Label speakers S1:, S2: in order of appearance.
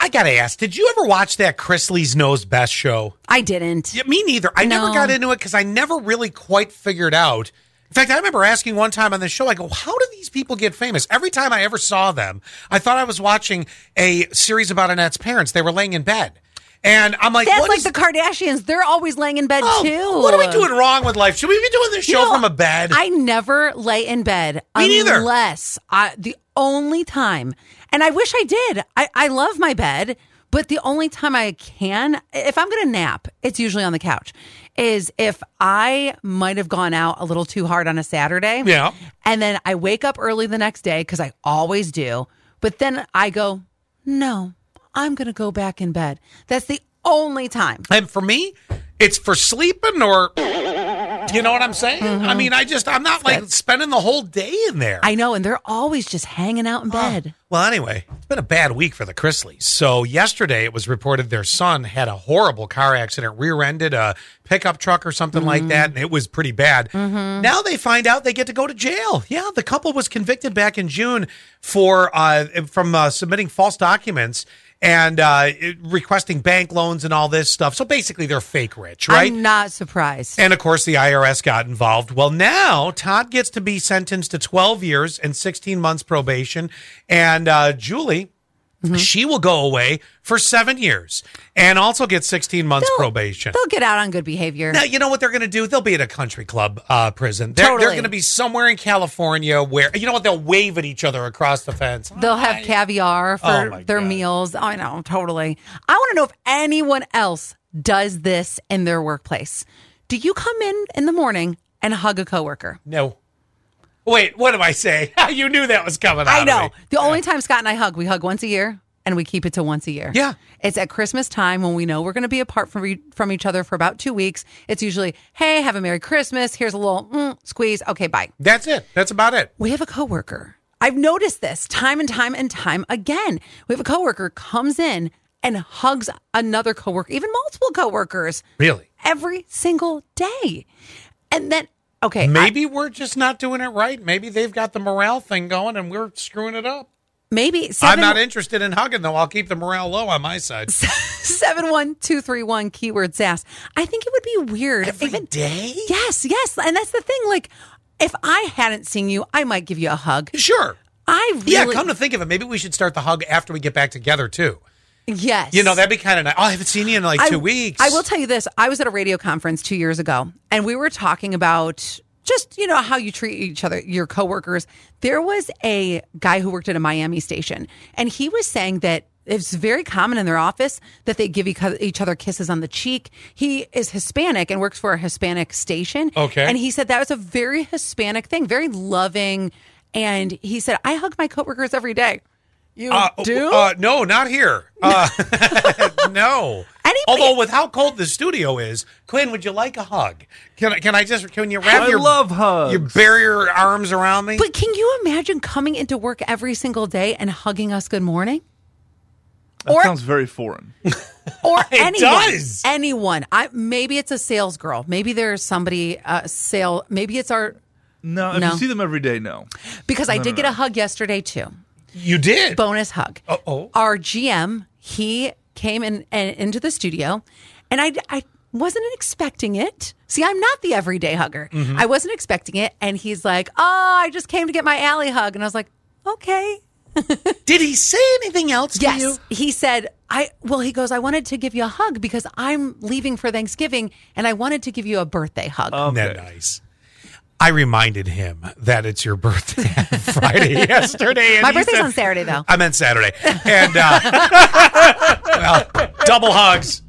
S1: I gotta ask, did you ever watch that Chris Lee's Knows Best show?
S2: I didn't.
S1: Yeah, me neither. I never
S2: No.
S1: got into it because I never really quite figured out. In fact, I remember asking one time on the show, I go, how do these people get famous? Every time I ever saw them, I thought I was watching a series about Annette's parents. They were laying in bed. And I'm like,
S2: That's
S1: what
S2: like
S1: is-
S2: the Kardashians. They're always laying in bed
S1: Oh,
S2: too.
S1: What are we doing wrong with life? Should we be doing this
S2: You
S1: show
S2: know,
S1: from a bed?
S2: I never lay in bed
S1: Me neither.
S2: unless I, the only time, and I wish I did. I, I love my bed, but the only time I can, if I'm going to nap, it's usually on the couch. Is if I might have gone out a little too hard on a Saturday.
S1: Yeah.
S2: And then I wake up early the next day because I always do. But then I go, no, I'm going to go back in bed. That's the only time.
S1: And for me, it's for sleeping or you know what I'm saying? I
S2: Mm-hmm.
S1: mean, I just I'm not like spending the whole day in there.
S2: I know. And they're always just hanging out in bed.
S1: well, anyway, it's been a bad week for the Chrisleys. So yesterday, it was reported their son had a horrible car accident, rear-ended a pickup truck or something like that, and it was pretty bad. Now they find out they get to go to jail. Yeah, the couple was convicted back in June for uh, from uh, submitting false documents and uh, requesting bank loans and all this stuff. So basically, they're fake rich, right?
S2: I'm not surprised.
S1: And of course, the IRS got involved. Well, now Todd gets to be sentenced to 12 years and 16 months probation. And uh, Julie,
S2: Mm-hmm.
S1: she will go away for seven years and also get 16 months probation.
S2: They'll get out on good behavior.
S1: now, you know what they're going to do? They'll be at a country club uh, prison. They're, they're
S2: Totally.
S1: going to be somewhere in California where, you know what? They'll wave at each other across the fence.
S2: They'll have caviar
S1: Oh,
S2: for
S1: my
S2: their
S1: God.
S2: meals. I know, totally. I want to know if anyone else does this in their workplace. Do you come in in the morning and hug a coworker?
S1: No. Wait, what am I saying? you knew that was coming out
S2: I
S1: of
S2: know.
S1: me.
S2: The only time Scott and I hug, we hug once a year and we keep it to once a year.
S1: Yeah.
S2: It's at Christmas time when we know we're going to be apart from, re- from each other for about two weeks. It's usually, hey, have a Merry Christmas. Here's a little mm, squeeze. Okay, bye.
S1: That's it. That's about it.
S2: we have a coworker. I've noticed this time and time and time again. We have a coworker comes in and hugs another coworker, even multiple coworkers,
S1: Really?
S2: every single day. And then, okay, I-
S1: Maybe we're just not doing it right. Maybe they've got the morale thing going and we're screwing it up.
S2: maybe
S1: I'm
S2: seven,
S1: not interested in hugging though. I'll keep the morale low on my side.
S2: seven one two three one keyword sass. I think it would be weird. even,
S1: day?
S2: Yes, yes, and that's the thing. Like, if I hadn't seen you, I might give you a hug.
S1: Sure.
S2: I really,
S1: Yeah, come to think of it, maybe we should start the hug after we get back together too.
S2: yes,
S1: You know, that'd be kind of nice. Oh, I haven't seen you in like two weeks.
S2: I will tell you this. I was at a radio conference two years ago, and we were talking about just you know how you treat each other, your coworkers. There was a guy who worked at a Miami station, and he was saying that it's very common in their office that they give each oth- each other kisses on the cheek. He is Hispanic and works for a Hispanic station.
S1: Okay.
S2: and he said that was a very Hispanic thing, very loving. And he said, "I hug my coworkers every day." You
S1: Uh,
S2: do?
S1: Uh, no, not here. Uh, no.
S2: Anybody-
S1: Although, with how cold the studio is, Quinn, would you like a hug? Can I? Can I just? Can you wrap
S3: I
S1: your
S3: love hugs.
S1: You bury your arms around me.
S2: But can you imagine coming into work every single day and hugging us good morning?
S3: That
S2: Or-
S3: sounds very foreign.
S2: Or anyone,
S1: does.
S2: anyone. I maybe it's a sales girl. Maybe there's somebody uh, sale. Maybe it's our
S3: No, if
S2: No.
S3: you see them every day, no.
S2: because I did get a hug yesterday too.
S1: you did.
S2: Bonus hug.
S1: Uh-oh.
S2: Our GM he came in and into the studio, and I I wasn't expecting it. See, I'm not the everyday hugger.
S3: Mm-hmm.
S2: I wasn't expecting it, and he's like, "Oh, I just came to get my alley hug," and I was like, "Okay."
S1: Did he say anything else
S2: Yes.
S1: to you?
S2: He said, I, well, he goes, I wanted to give you a hug because I'm leaving for Thanksgiving and I wanted to give you a birthday hug.
S1: Isn't that nice? I reminded him that it's your birthday on Friday yesterday. and
S2: My
S1: he
S2: birthday's
S1: said-
S2: on Saturday, though.
S1: I meant Saturday. And, uh, well, double hugs.